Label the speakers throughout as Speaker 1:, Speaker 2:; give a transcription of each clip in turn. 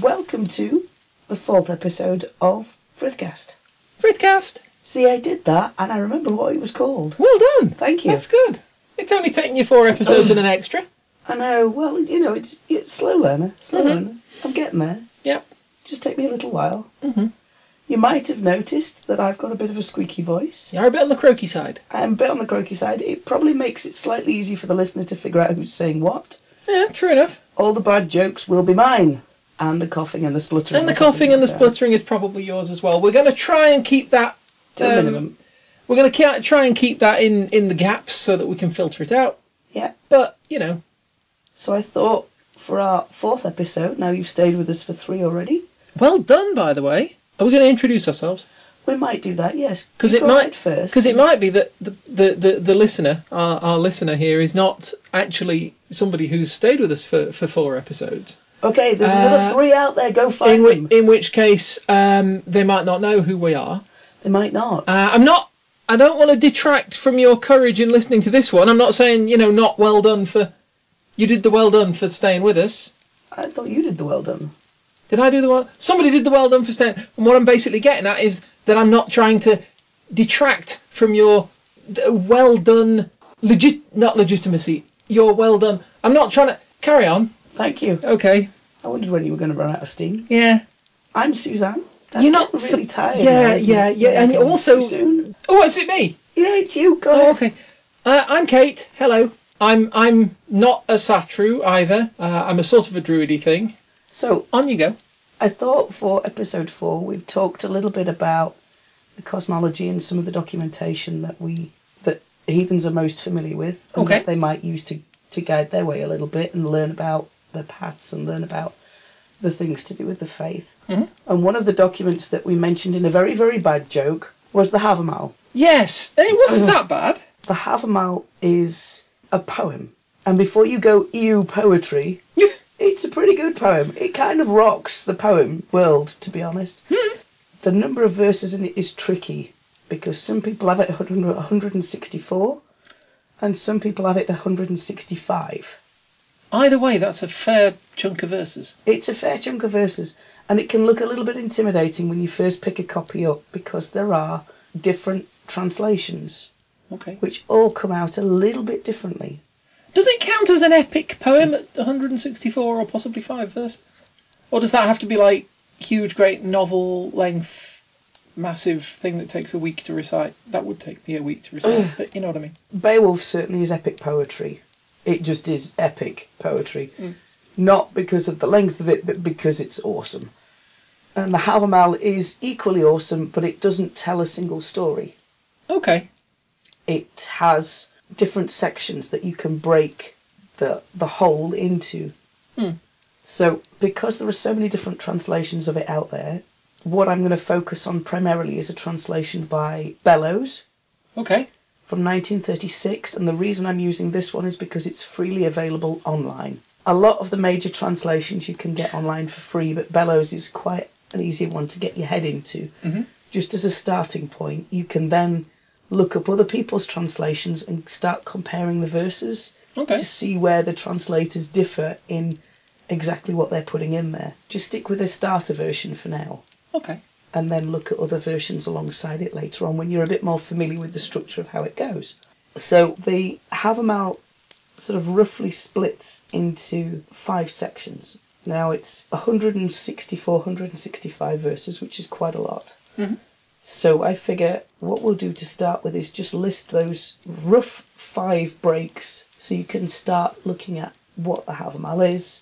Speaker 1: Welcome to the fourth episode of Frithcast.
Speaker 2: Frithcast,
Speaker 1: See, I did that and I remember what it was called.
Speaker 2: well done.
Speaker 1: Thank you.
Speaker 2: That's good. It's only taken you four episodes and an extra.
Speaker 1: I know, well, you know, it's, it's slow learner, slow learner. I'm getting there.
Speaker 2: Mm-hmm. Yep.
Speaker 1: Just take me a little while. Mm-hmm. You might have noticed that I've got a bit of a squeaky voice.
Speaker 2: You're a bit on the croaky side.
Speaker 1: I'm a bit on the croaky side. It probably makes it slightly easy for the listener to figure out who's saying what.
Speaker 2: Yeah, true enough.
Speaker 1: All the bad jokes will be mine. And the coughing and the spluttering.
Speaker 2: And the coughing and the
Speaker 1: everything.
Speaker 2: spluttering is probably yours as well. We're going to try and keep that.
Speaker 1: To a
Speaker 2: um,
Speaker 1: minimum.
Speaker 2: We're going to try and keep that in in the gaps so that we can filter it out.
Speaker 1: Yeah.
Speaker 2: But you know,
Speaker 1: So I thought for our fourth episode, now you've stayed with us for three already,
Speaker 2: well done by the way. Are we going to introduce ourselves?
Speaker 1: we might do that, yes.
Speaker 2: Because
Speaker 1: You
Speaker 2: it
Speaker 1: go
Speaker 2: might
Speaker 1: ahead first.
Speaker 2: Because it might be that the the, the, the listener, our, our listener here, is not actually somebody who's stayed with us for, for four episodes.
Speaker 1: Okay, there's
Speaker 2: Uh,
Speaker 1: another three out there, go
Speaker 2: In,
Speaker 1: find
Speaker 2: whi-
Speaker 1: them.
Speaker 2: in which case, um, they might not know who we are.
Speaker 1: They might not.
Speaker 2: Uh, I'm not. I don't want to detract from your courage in listening to this one. I'm not saying you know not well done for. You did the well done for staying with us.
Speaker 1: I thought you did the well done.
Speaker 2: Did I do the well? Somebody did the well done for staying. And what I'm basically getting at is that I'm not trying to detract from your d- well done, legit, not legitimacy. Your well done. I'm not trying to carry on.
Speaker 1: Thank you.
Speaker 2: Okay.
Speaker 1: I wondered when you were going to run out of steam.
Speaker 2: Yeah.
Speaker 1: I'm Suzanne. That's
Speaker 2: You're not
Speaker 1: getting
Speaker 2: so-
Speaker 1: really tired.
Speaker 2: yeah,
Speaker 1: now, isn't
Speaker 2: yeah,
Speaker 1: it?
Speaker 2: yeah, and
Speaker 1: okay.
Speaker 2: also-
Speaker 1: Too soon.
Speaker 2: Oh, is it me?
Speaker 1: Yeah, it's you. Go
Speaker 2: Oh,
Speaker 1: ahead.
Speaker 2: okay. Uh, I'm Kate. Hello. I'm I'm not a satru either. Uh, I'm a sort of a druidy thing.
Speaker 1: So
Speaker 2: On you go.
Speaker 1: I thought for episode four, we've talked a little bit about the cosmology and some of the documentation that we that heathens are most familiar with, and
Speaker 2: Okay.
Speaker 1: that they might use to to guide their way a little bit and learn about their paths and learn about the things to do with the faith.
Speaker 2: Mhm.
Speaker 1: And one of the documents that we mentioned in a very very bad joke was the Havamal.
Speaker 2: Yes, it wasn't that bad.
Speaker 1: The Havamal is a poem, and before you go ew poetry, it's a pretty good poem. It kind of rocks the poem world, to be honest.
Speaker 2: hmm.
Speaker 1: the number of verses in it is tricky because some people have it 100 164 and some people have it 165.
Speaker 2: Either way, that's a fair chunk of verses.
Speaker 1: It's a fair chunk of verses, and it can look a little bit intimidating when you first pick a copy up because there are different translations
Speaker 2: Okay.
Speaker 1: which all come out a little bit differently.
Speaker 2: Does it count as an epic poem at 164 or possibly five verses? Or does that have to be like huge, great novel length, massive thing that takes a week to recite? That would take me a week to recite, but you know what I mean.
Speaker 1: Beowulf certainly is epic poetry. It just is epic poetry. Not because of the length of it, but because it's awesome. And the Havamal is equally awesome, but it doesn't tell a single story.
Speaker 2: Okay.
Speaker 1: It has different sections that you can break the the whole into.
Speaker 2: Hmm.
Speaker 1: So because there are so many different translations of it out there, what I'm going to focus on primarily is a translation by Bellows,
Speaker 2: Okay.
Speaker 1: from 1936, and the reason I'm using this one is because it's freely available online. A lot of the major translations you can get online for free, but Bellows is quite an easy one to get your head into.
Speaker 2: Mhm.
Speaker 1: Just as a starting point, you can then look up other people's translations and start comparing the verses
Speaker 2: Okay.
Speaker 1: to see where the translators differ in exactly what they're putting in there. Just stick with the starter version for now
Speaker 2: Okay.
Speaker 1: and then look at other versions alongside it later on when you're a bit more familiar with the structure of how it goes. So the Havamal sort of roughly splits into five sections. Now it's 164, 165 verses, which is quite a lot.
Speaker 2: Mhm.
Speaker 1: So I figure what we'll do to start with is just list those rough five breaks so you can start looking at what the Havamal is,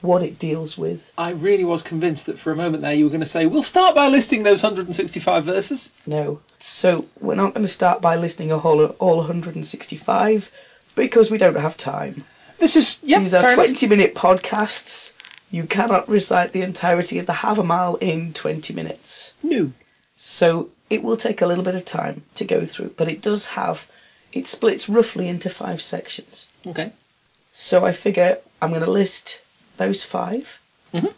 Speaker 1: what it deals with.
Speaker 2: I really was convinced that for a moment there you were going to say, we'll start by listing those 165 verses.
Speaker 1: No. So we're not going to start by listing a whole all 165 because we don't have time.
Speaker 2: This is, yeah,
Speaker 1: These are
Speaker 2: fair enough.
Speaker 1: 20 minute podcasts. You cannot recite the entirety of the Havamal in 20 minutes.
Speaker 2: No.
Speaker 1: So it will take a little bit of time to go through, but it does have it splits roughly into five sections.
Speaker 2: Okay.
Speaker 1: So I figure I'm going to list those 5
Speaker 2: Mhm.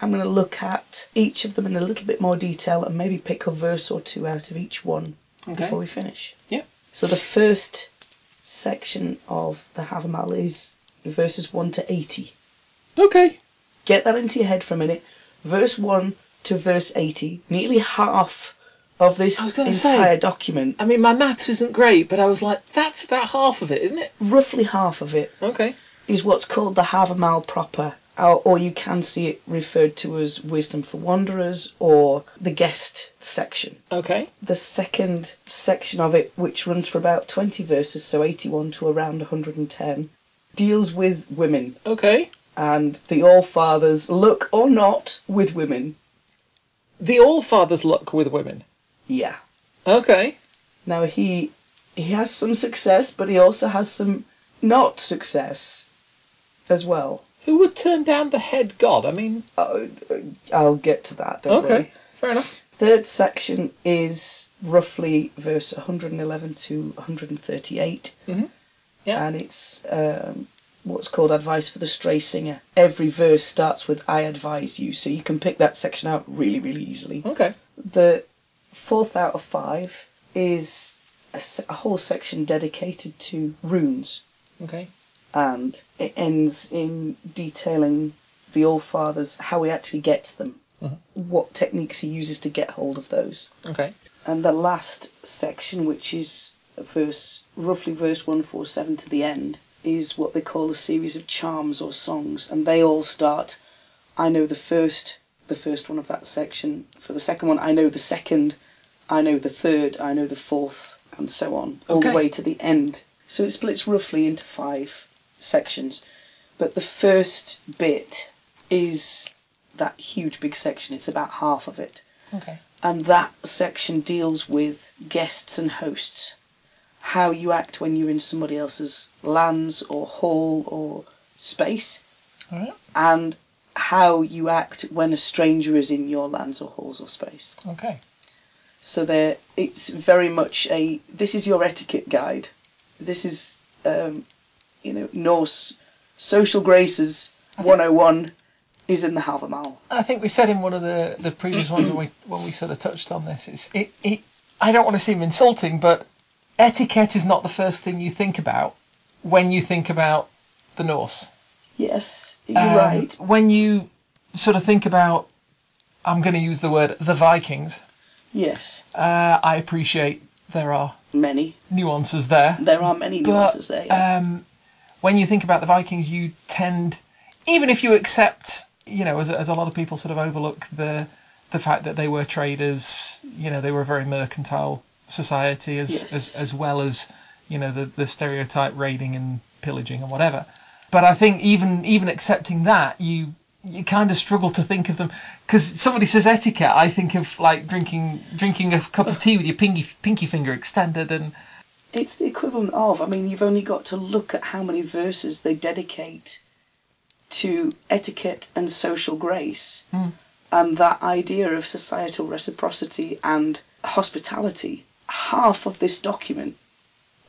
Speaker 1: I'm going to look at each of them in a little bit more detail and maybe pick a verse or two out of each one
Speaker 2: Okay.
Speaker 1: before we finish.
Speaker 2: Yeah.
Speaker 1: So the first section of the Havamal is verses 1 to 80.
Speaker 2: Okay.
Speaker 1: Get that into your head for a minute. Verse 1 to verse 80, nearly half of this
Speaker 2: I was
Speaker 1: entire
Speaker 2: gonna say. um,
Speaker 1: document,
Speaker 2: I mean, my maths isn't great, but I was like, that's about half of it, isn't it?
Speaker 1: roughly half of it,
Speaker 2: Okay.
Speaker 1: is what's called the Havamal proper, or, or you can see it referred to as Wisdom for Wanderers or the Guest section.
Speaker 2: Okay.
Speaker 1: The second section of it, which runs for about 20 verses, so 81 to around 110, deals with women
Speaker 2: Okay.
Speaker 1: and the All Fathers' look or not with women.
Speaker 2: The All Father's luck with women.
Speaker 1: Yeah.
Speaker 2: Okay.
Speaker 1: Now he he has some success, but he also has some not success as well.
Speaker 2: Who would turn down the head god? I mean,
Speaker 1: Oh, I'll get to that. Don't
Speaker 2: okay.
Speaker 1: worry.
Speaker 2: Fair enough.
Speaker 1: Third section is roughly verse 111 to 138,
Speaker 2: Mhm. Yeah.
Speaker 1: and it's um, what's called advice for the stray singer. Every verse starts with "I advise you," so you can pick that section out really, really easily.
Speaker 2: Okay.
Speaker 1: The fourth out of five is a, s- a whole section dedicated to runes,
Speaker 2: Okay.
Speaker 1: and it ends in detailing the All Fathers how he actually gets them, what techniques he uses to get hold of those.
Speaker 2: Okay.
Speaker 1: And the last section, which is verse roughly verse 147 to the end, is what they call a series of charms or songs, and they all start. I know the first, the first one of that section. For the second one, I know the second. I know the third. I know the fourth, and so on, all the
Speaker 2: Okay.
Speaker 1: way to the end. So it splits roughly into five sections, but the first bit is that huge big section. It's about half of it
Speaker 2: Okay.
Speaker 1: and that section deals with guests and hosts, how you act when you're in somebody else's lands or hall or space,
Speaker 2: All right.
Speaker 1: and how you act when a stranger is in your lands or halls or space.
Speaker 2: Okay.
Speaker 1: So there, it's very much a this is your etiquette guide. This is, um, you know, Norse social graces 101 is in the Havamal.
Speaker 2: I think we said in one of the, the previous ones when we when we sort of touched on this, it's it, it I don't want to seem insulting, but etiquette is not the first thing you think about when you think about the Norse.
Speaker 1: Yes, you're
Speaker 2: Um,
Speaker 1: right.
Speaker 2: When you sort of think about I'm gonna use the word the Vikings,
Speaker 1: Yes,
Speaker 2: uh, I appreciate there are
Speaker 1: many.
Speaker 2: nuances there.
Speaker 1: There are many nuances there. Yeah.
Speaker 2: um, when you think about the Vikings, you tend, even if you accept, you know, as, as a lot of people sort of overlook the the fact that they were traders, you know, they were a very mercantile society as
Speaker 1: Yes.
Speaker 2: as, as well as you know the the stereotype raiding and pillaging and whatever. But I think even even accepting that, you you kind of struggle to think of them because somebody says etiquette. I think of like drinking drinking a cup of tea with your pinky pinky finger extended and
Speaker 1: It's the equivalent of, I mean, you've only got to look at how many verses they dedicate to etiquette and social grace and that idea of societal reciprocity and hospitality. Half of this document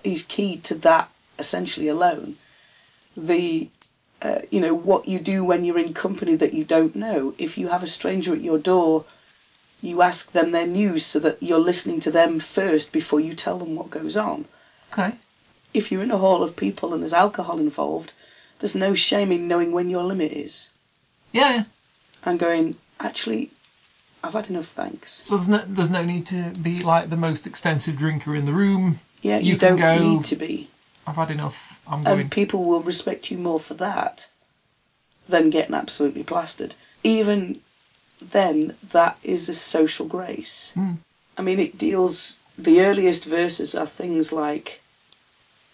Speaker 1: is keyed to that essentially alone. The uh, you know what you do when you're in company that you don't know. If you have a stranger at your door, you ask them their news so that you're listening to them first before you tell them what goes on
Speaker 2: okay.
Speaker 1: if you're in a hall of people and there's alcohol involved, there's no shame in knowing when your limit is
Speaker 2: Yeah, yeah.
Speaker 1: and going, actually, I've had enough, thanks.
Speaker 2: So there's no there's no need to be like the most extensive drinker in the room.
Speaker 1: Yeah, you,
Speaker 2: You
Speaker 1: don't
Speaker 2: can go-
Speaker 1: need to be.
Speaker 2: I've had enough.
Speaker 1: And
Speaker 2: I'm going.
Speaker 1: people will respect you more for that than getting absolutely plastered. Even then, that is a social grace.
Speaker 2: Mm.
Speaker 1: I mean, it deals, the earliest verses are things like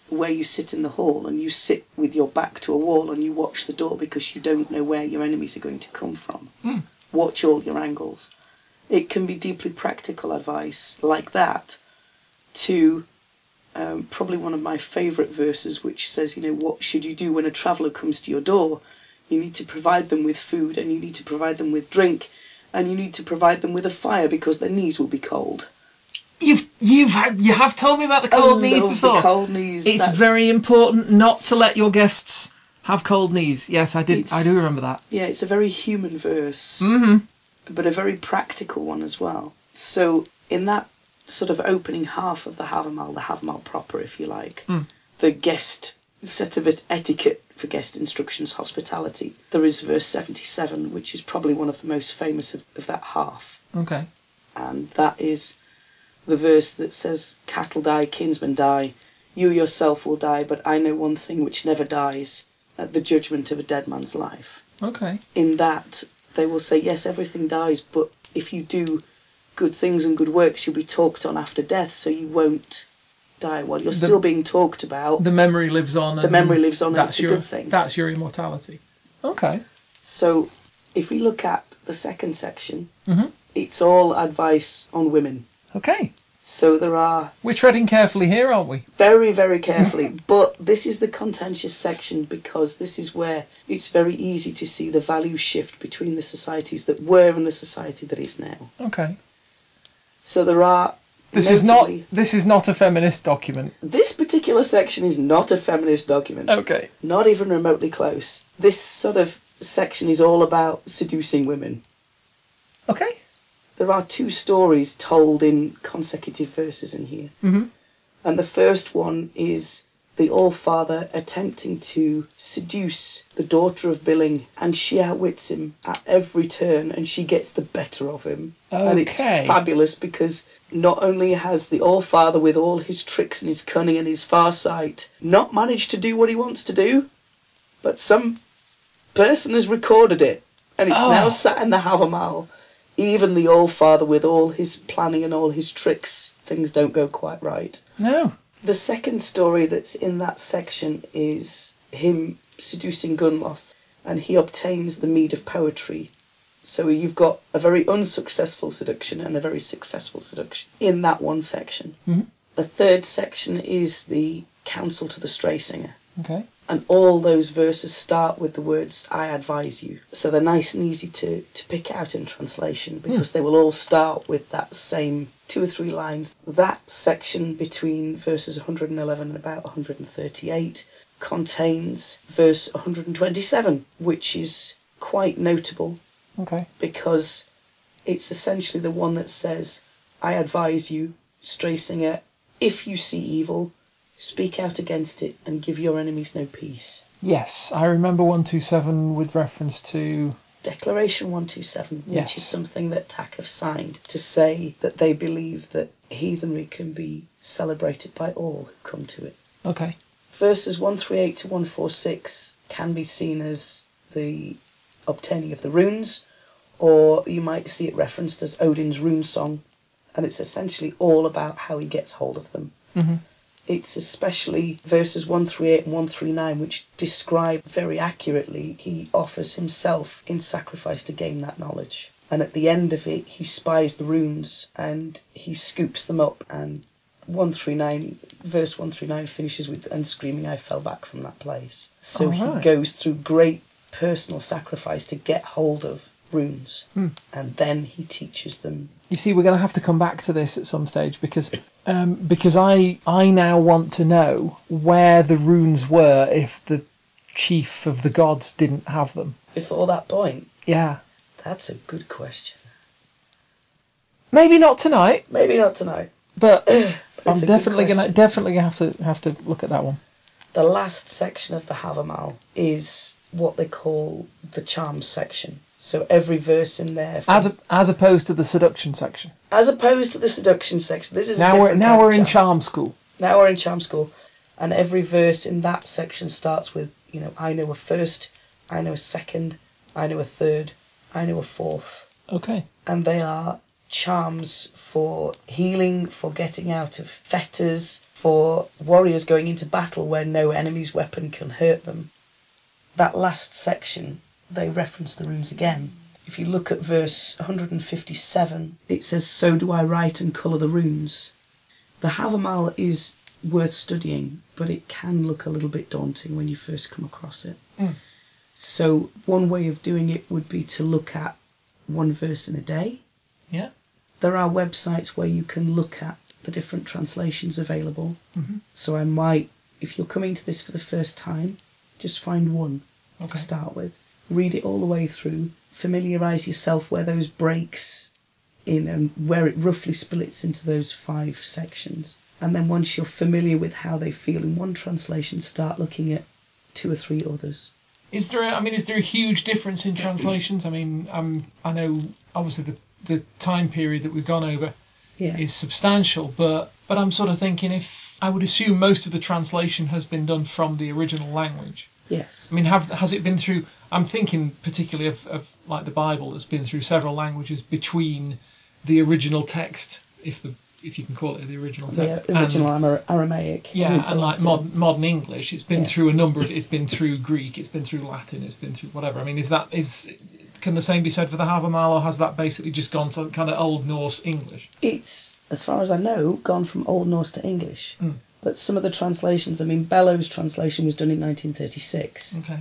Speaker 1: where you sit in the hall and you sit with your back to a wall and you watch the door because you don't know where your enemies are going to come from.
Speaker 2: Hmm.
Speaker 1: Watch all your angles. It can be deeply practical advice like that to um, probably one of my favourite verses, which says, you know, what should you do when a traveller comes to your door? You need to provide them with food and you need to provide them with drink and you need to provide them with a fire because their knees will be cold.
Speaker 2: You've you've had you have told me about the cold
Speaker 1: I
Speaker 2: knees
Speaker 1: love Oh, the
Speaker 2: before.
Speaker 1: cold knees.
Speaker 2: it's
Speaker 1: that's-
Speaker 2: very important not to let your guests have cold knees. Yes, I did. I
Speaker 1: It's-
Speaker 2: do remember that.
Speaker 1: Yeah, it's a very human verse,
Speaker 2: Mm-hmm.
Speaker 1: but a very practical one as well. So, in that sort of opening half of the Havamal, the Havamal proper, if you like, the guest set of et- etiquette for guest instructions hospitality, there is verse 77, which is probably one of the most famous of, of that half.
Speaker 2: Okay.
Speaker 1: And that is the verse that says, Cattle die, kinsmen die, you yourself will die, but I know one thing which never dies at the judgment of a dead man's life.
Speaker 2: Okay.
Speaker 1: In that, they will say, Yes, everything dies, but if you do good things and good works, you'll be talked on after death, so you won't die while you're still being talked about.
Speaker 2: The memory lives on. and
Speaker 1: memory lives on and
Speaker 2: That's
Speaker 1: it's a
Speaker 2: your
Speaker 1: good thing.
Speaker 2: that's your immortality. Okay.
Speaker 1: So, if we look at the second section,
Speaker 2: Mhm.
Speaker 1: it's all advice on women.
Speaker 2: Okay.
Speaker 1: So there are
Speaker 2: We're treading carefully here, aren't we?
Speaker 1: very, very carefully, but this is the contentious section because this is where it's very easy to see the value shift between the societies that were and the society that is now.
Speaker 2: Okay.
Speaker 1: So there are.
Speaker 2: This is
Speaker 1: notably-
Speaker 2: not this is not a feminist document.
Speaker 1: This particular section is not a feminist document.
Speaker 2: Okay.
Speaker 1: Not even remotely close. This sort of section is all about seducing women.
Speaker 2: Okay.
Speaker 1: There are two stories told in consecutive verses in here.
Speaker 2: Mhm.
Speaker 1: And the first one is the All Father attempting to seduce the daughter of Billing, and she outwits him at every turn, and she gets the better of him. And it's
Speaker 2: Okay.
Speaker 1: fabulous because not only has the All Father, with all his tricks and his cunning and his farsight, not managed to do what he wants to do, but some person has recorded it, and it's
Speaker 2: Oh.
Speaker 1: now sat in the Havamal. Even the All Father, with all his planning and all his tricks, things don't go quite right.
Speaker 2: No.
Speaker 1: The second story that's in that section is him seducing Gunloth, and he obtains the mead of poetry. So you've got a very unsuccessful seduction and a very successful seduction in that one section.
Speaker 2: Mhm.
Speaker 1: The third section is the counsel to the stray singer,
Speaker 2: Okay.
Speaker 1: and all those verses start with the words "I advise you," so they're nice and easy to to pick out in translation because they will all start with that same two or three lines. That section between verses 111 and about 138 contains verse 127, which is quite notable
Speaker 2: Okay.
Speaker 1: because it's essentially the one that says, I advise you, stray singer, if you see evil, speak out against it and give your enemies no peace.
Speaker 2: Yes, I remember 127 with reference to
Speaker 1: Declaration 127,
Speaker 2: Yes.
Speaker 1: which is something that TAC have signed to say that they believe that heathenry can be celebrated by all who come to it.
Speaker 2: Okay.
Speaker 1: Verses 138 to 146 can be seen as the obtaining of the runes, or you might see it referenced as Odin's rune song, and it's essentially all about how he gets hold of them.
Speaker 2: Mhm.
Speaker 1: It's especially verses 138 and 139 which describe very accurately he offers himself in sacrifice to gain that knowledge. And at the end of it, he spies the runes and he scoops them up and 139 verse 139 finishes with and screaming i fell back from that place so he
Speaker 2: Alright.
Speaker 1: goes through great personal sacrifice to get hold of runes
Speaker 2: Hmm.
Speaker 1: and then he teaches them
Speaker 2: You see, we're going to have to come back to this at some stage because um, because I I now want to know where the runes were if the chief of the gods didn't have them.
Speaker 1: before that point
Speaker 2: Yeah,
Speaker 1: that's a good question
Speaker 2: maybe not tonight,
Speaker 1: maybe not tonight
Speaker 2: but
Speaker 1: but
Speaker 2: I'm
Speaker 1: it's a good
Speaker 2: definitely going to
Speaker 1: question.
Speaker 2: definitely gonna have to have to look at that one.
Speaker 1: the last section of the havamal is what they call the charm section so every verse in there
Speaker 2: As a, as opposed to the seduction section.
Speaker 1: as opposed to the seduction section this is a
Speaker 2: Now we're
Speaker 1: different kind
Speaker 2: now
Speaker 1: of
Speaker 2: we're in
Speaker 1: charm.
Speaker 2: charm school.
Speaker 1: Now we're in charm school, and every verse in that section starts with, you know, I know a first, I know a second, I know a third, I know a fourth.
Speaker 2: Okay.
Speaker 1: And they are charms for healing, for getting out of fetters, for warriors going into battle where no enemy's weapon can hurt them. That last section, they reference the runes again. If you look at verse 157, it says, So do I write and colour the runes. The Havamal is worth studying, but it can look a little bit daunting when you first come across it.
Speaker 2: Mm.
Speaker 1: So, one way of doing it would be to look at one verse in a day.
Speaker 2: Yeah.
Speaker 1: There are websites where you can look at the different translations available.
Speaker 2: Mhm.
Speaker 1: So, I might, if you're coming to this for the first time, just find one
Speaker 2: Okay.
Speaker 1: to start with. Read it all the way through. Familiarise yourself where those breaks in and where it roughly splits into those five sections. And then once you're familiar with how they feel in one translation, start looking at two or three others.
Speaker 2: Is there? A, I mean, is there a huge difference in translations? I mean, um, I know obviously the the time period that we've gone over
Speaker 1: Yeah.
Speaker 2: is substantial, but but I'm sort of thinking if I would assume most of the translation has been done from the original language.
Speaker 1: yes.
Speaker 2: I mean, have has it been through? I'm thinking particularly of, of like the Bible that's been through several languages between the original text, if the if you can call it the original
Speaker 1: The
Speaker 2: text,
Speaker 1: original
Speaker 2: and
Speaker 1: Amar- Aramaic.
Speaker 2: yeah,
Speaker 1: into
Speaker 2: and like
Speaker 1: Latin.
Speaker 2: mod, modern English, it's been
Speaker 1: Yeah.
Speaker 2: through a number of. It's been through Greek. It's been through Latin. It's been through whatever. I mean, is that is can the same be said for the Havamal, or has that basically just gone to kind of Old Norse English?
Speaker 1: It's, as far as I know, gone from Old Norse to English.
Speaker 2: Mm.
Speaker 1: But some of the translations, I mean, Bellow's translation was done in 1936.
Speaker 2: Okay.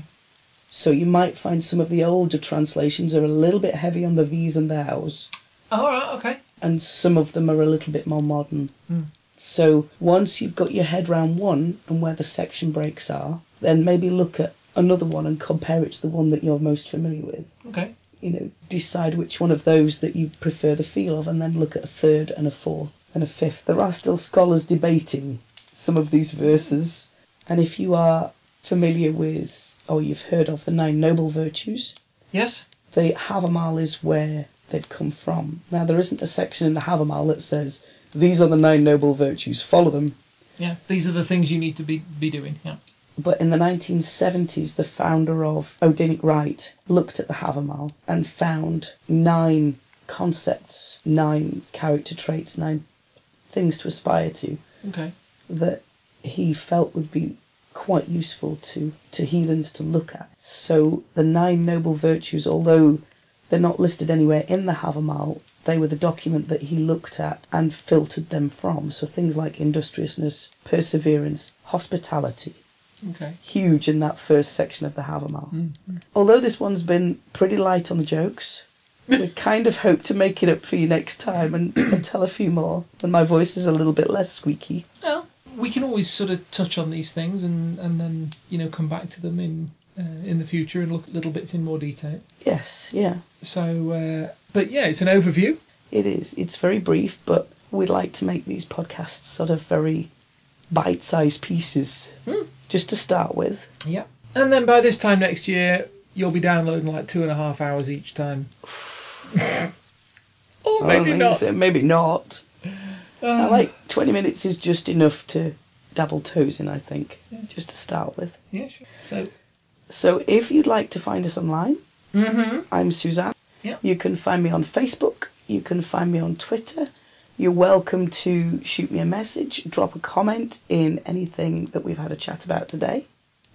Speaker 1: So you might find some of the older translations are a little bit heavy on the these and thous,
Speaker 2: Oh, All right. Okay.
Speaker 1: and some of them are a little bit more modern.
Speaker 2: Hmm.
Speaker 1: So once you've got your head round one and where the section breaks are, then maybe look at another one and compare it to the one that you're most familiar with.
Speaker 2: Okay.
Speaker 1: You know, decide which one of those that you prefer the feel of, and then look at a third and a fourth and a fifth. There are still scholars debating some of these verses, and if you are familiar with or you've heard of the Nine Noble Virtues,
Speaker 2: Yes.
Speaker 1: the Havamal is where they'd come from. Now, there isn't a section in the Havamal that says, these are the nine noble virtues, follow them.
Speaker 2: Yeah. These are the things you need to be be doing. Yeah.
Speaker 1: But in the 1970s, the founder of Odinic Rite looked at the Havamal and found nine concepts, nine character traits, nine things to aspire to
Speaker 2: Okay.
Speaker 1: that he felt would be quite useful to, to heathens to look at. So the nine noble virtues, although they're not listed anywhere in the Havamal, they were the document that he looked at and filtered them from. So things like industriousness, perseverance, hospitality,
Speaker 2: Okay.
Speaker 1: huge in that first section of the Havamal.
Speaker 2: Mm.
Speaker 1: Although this one's been pretty light on the jokes, we kind of hope to make it up for you next time and, and tell a few more when my voice is a little bit less squeaky.
Speaker 2: Well, we can always sort of touch on these things and, and then you know come back to them in uh, in the future and look at little bits in more detail.
Speaker 1: Yes, yeah.
Speaker 2: So, uh, but yeah, it's an overview.
Speaker 1: It is. It's very brief, but we like to make these podcasts sort of very bite sized pieces
Speaker 2: Hmm.
Speaker 1: just to start with.
Speaker 2: Yeah. And then by this time next year, you'll be downloading like two and a half hours each time. or
Speaker 1: I don't
Speaker 2: maybe
Speaker 1: think
Speaker 2: not.
Speaker 1: so. Oh, Maybe not. I
Speaker 2: Um,
Speaker 1: like 20 minutes is just enough to dabble toes in, I think, just to start with.
Speaker 2: Yeah, sure. So.
Speaker 1: So if you'd like to find us online,
Speaker 2: Mm-hmm.
Speaker 1: I'm Suzanne.
Speaker 2: Yeah.
Speaker 1: You can find me on Facebook. You can find me on Twitter. You're welcome to shoot me a message, drop a comment in anything that we've had a chat about today.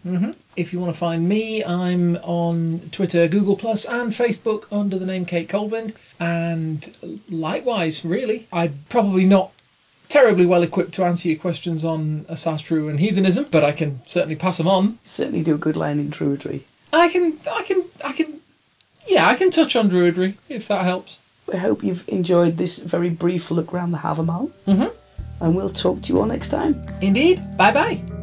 Speaker 2: hmm If you want to find me, I'm on Twitter, Google Plus, and Facebook under the name Kate Colvin. And likewise, really, I'm probably not terribly well equipped to answer your questions on Asatru and heathenism, but I can certainly pass them on.
Speaker 1: Certainly do a good line in Druidry.
Speaker 2: I can, I can, I can, yeah, I can touch on druidry if that helps.
Speaker 1: We hope you've enjoyed this very brief look round the Havamal,
Speaker 2: Mm-hmm.
Speaker 1: and we'll talk to you all next time.
Speaker 2: Indeed. Bye bye.